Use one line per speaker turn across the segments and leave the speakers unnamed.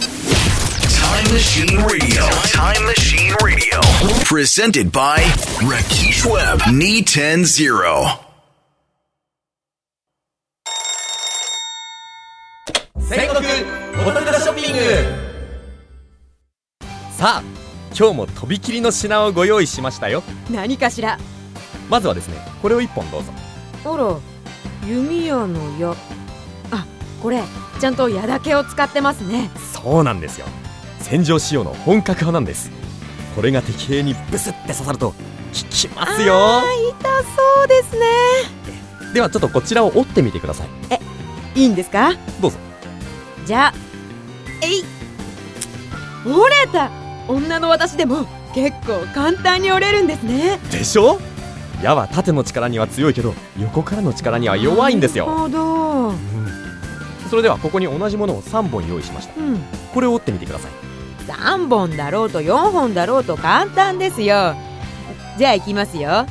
Time Machine Radio. Time Machine Radio. Presented by Rakesh Webb. E Knee 10 0.
全国お得なショッピングさあ今日もとびきりの品をご用意しましたよ
何かしら
まずはですねこれを1本どうぞ
あら弓矢の矢あこれちゃんと矢だけを使ってますね
そうなんですよ戦場仕様の本格派なんですこれが敵兵にブスって刺さると効きますよ
痛そうですね
ではちょっとこちらを折ってみてください
いいんですか
どうぞ
じゃあえい折れた女の私でも結構簡単に折れるんですね
でしょ矢は縦の力には強いけど横からの力には弱いんですよ、
なるほど
うんそれではここに同じものを3本用意しました
うん
これを折ってみてください
3本だろうと4本だろうと簡単ですよじゃあ行きますよ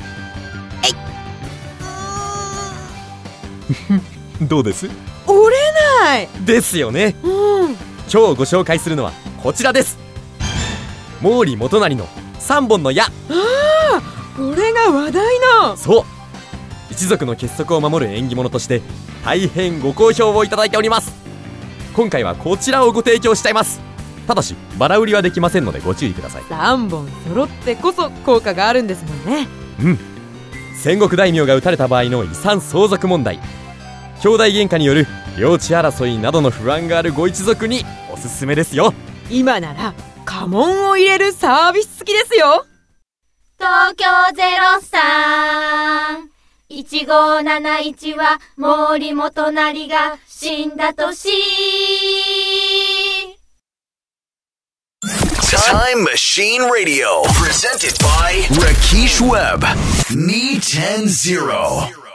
どうです
折れない
ですよね
うん
今日ご紹介するのはこちらです毛利元就の3本の矢
これが話題の
そう一族の結束を守る縁起物として大変ご好評をいただいております今回はこちらをご提供しちゃいますただしバラ売りはできませんのでご注意ください
3本揃ってこそ効果があるんですもんね
戦国大名が討たれた場合の遺産相続問題兄弟喧嘩による領地争いなどの不安があるご一族におすすめですよ
今なら家紋を入れるサービス付きですよ
東京ゼロ三一五七一は毛利元就が死んだ年。
Time Machine E Radio. Presented by Rakesh Webb. Knee 10 0.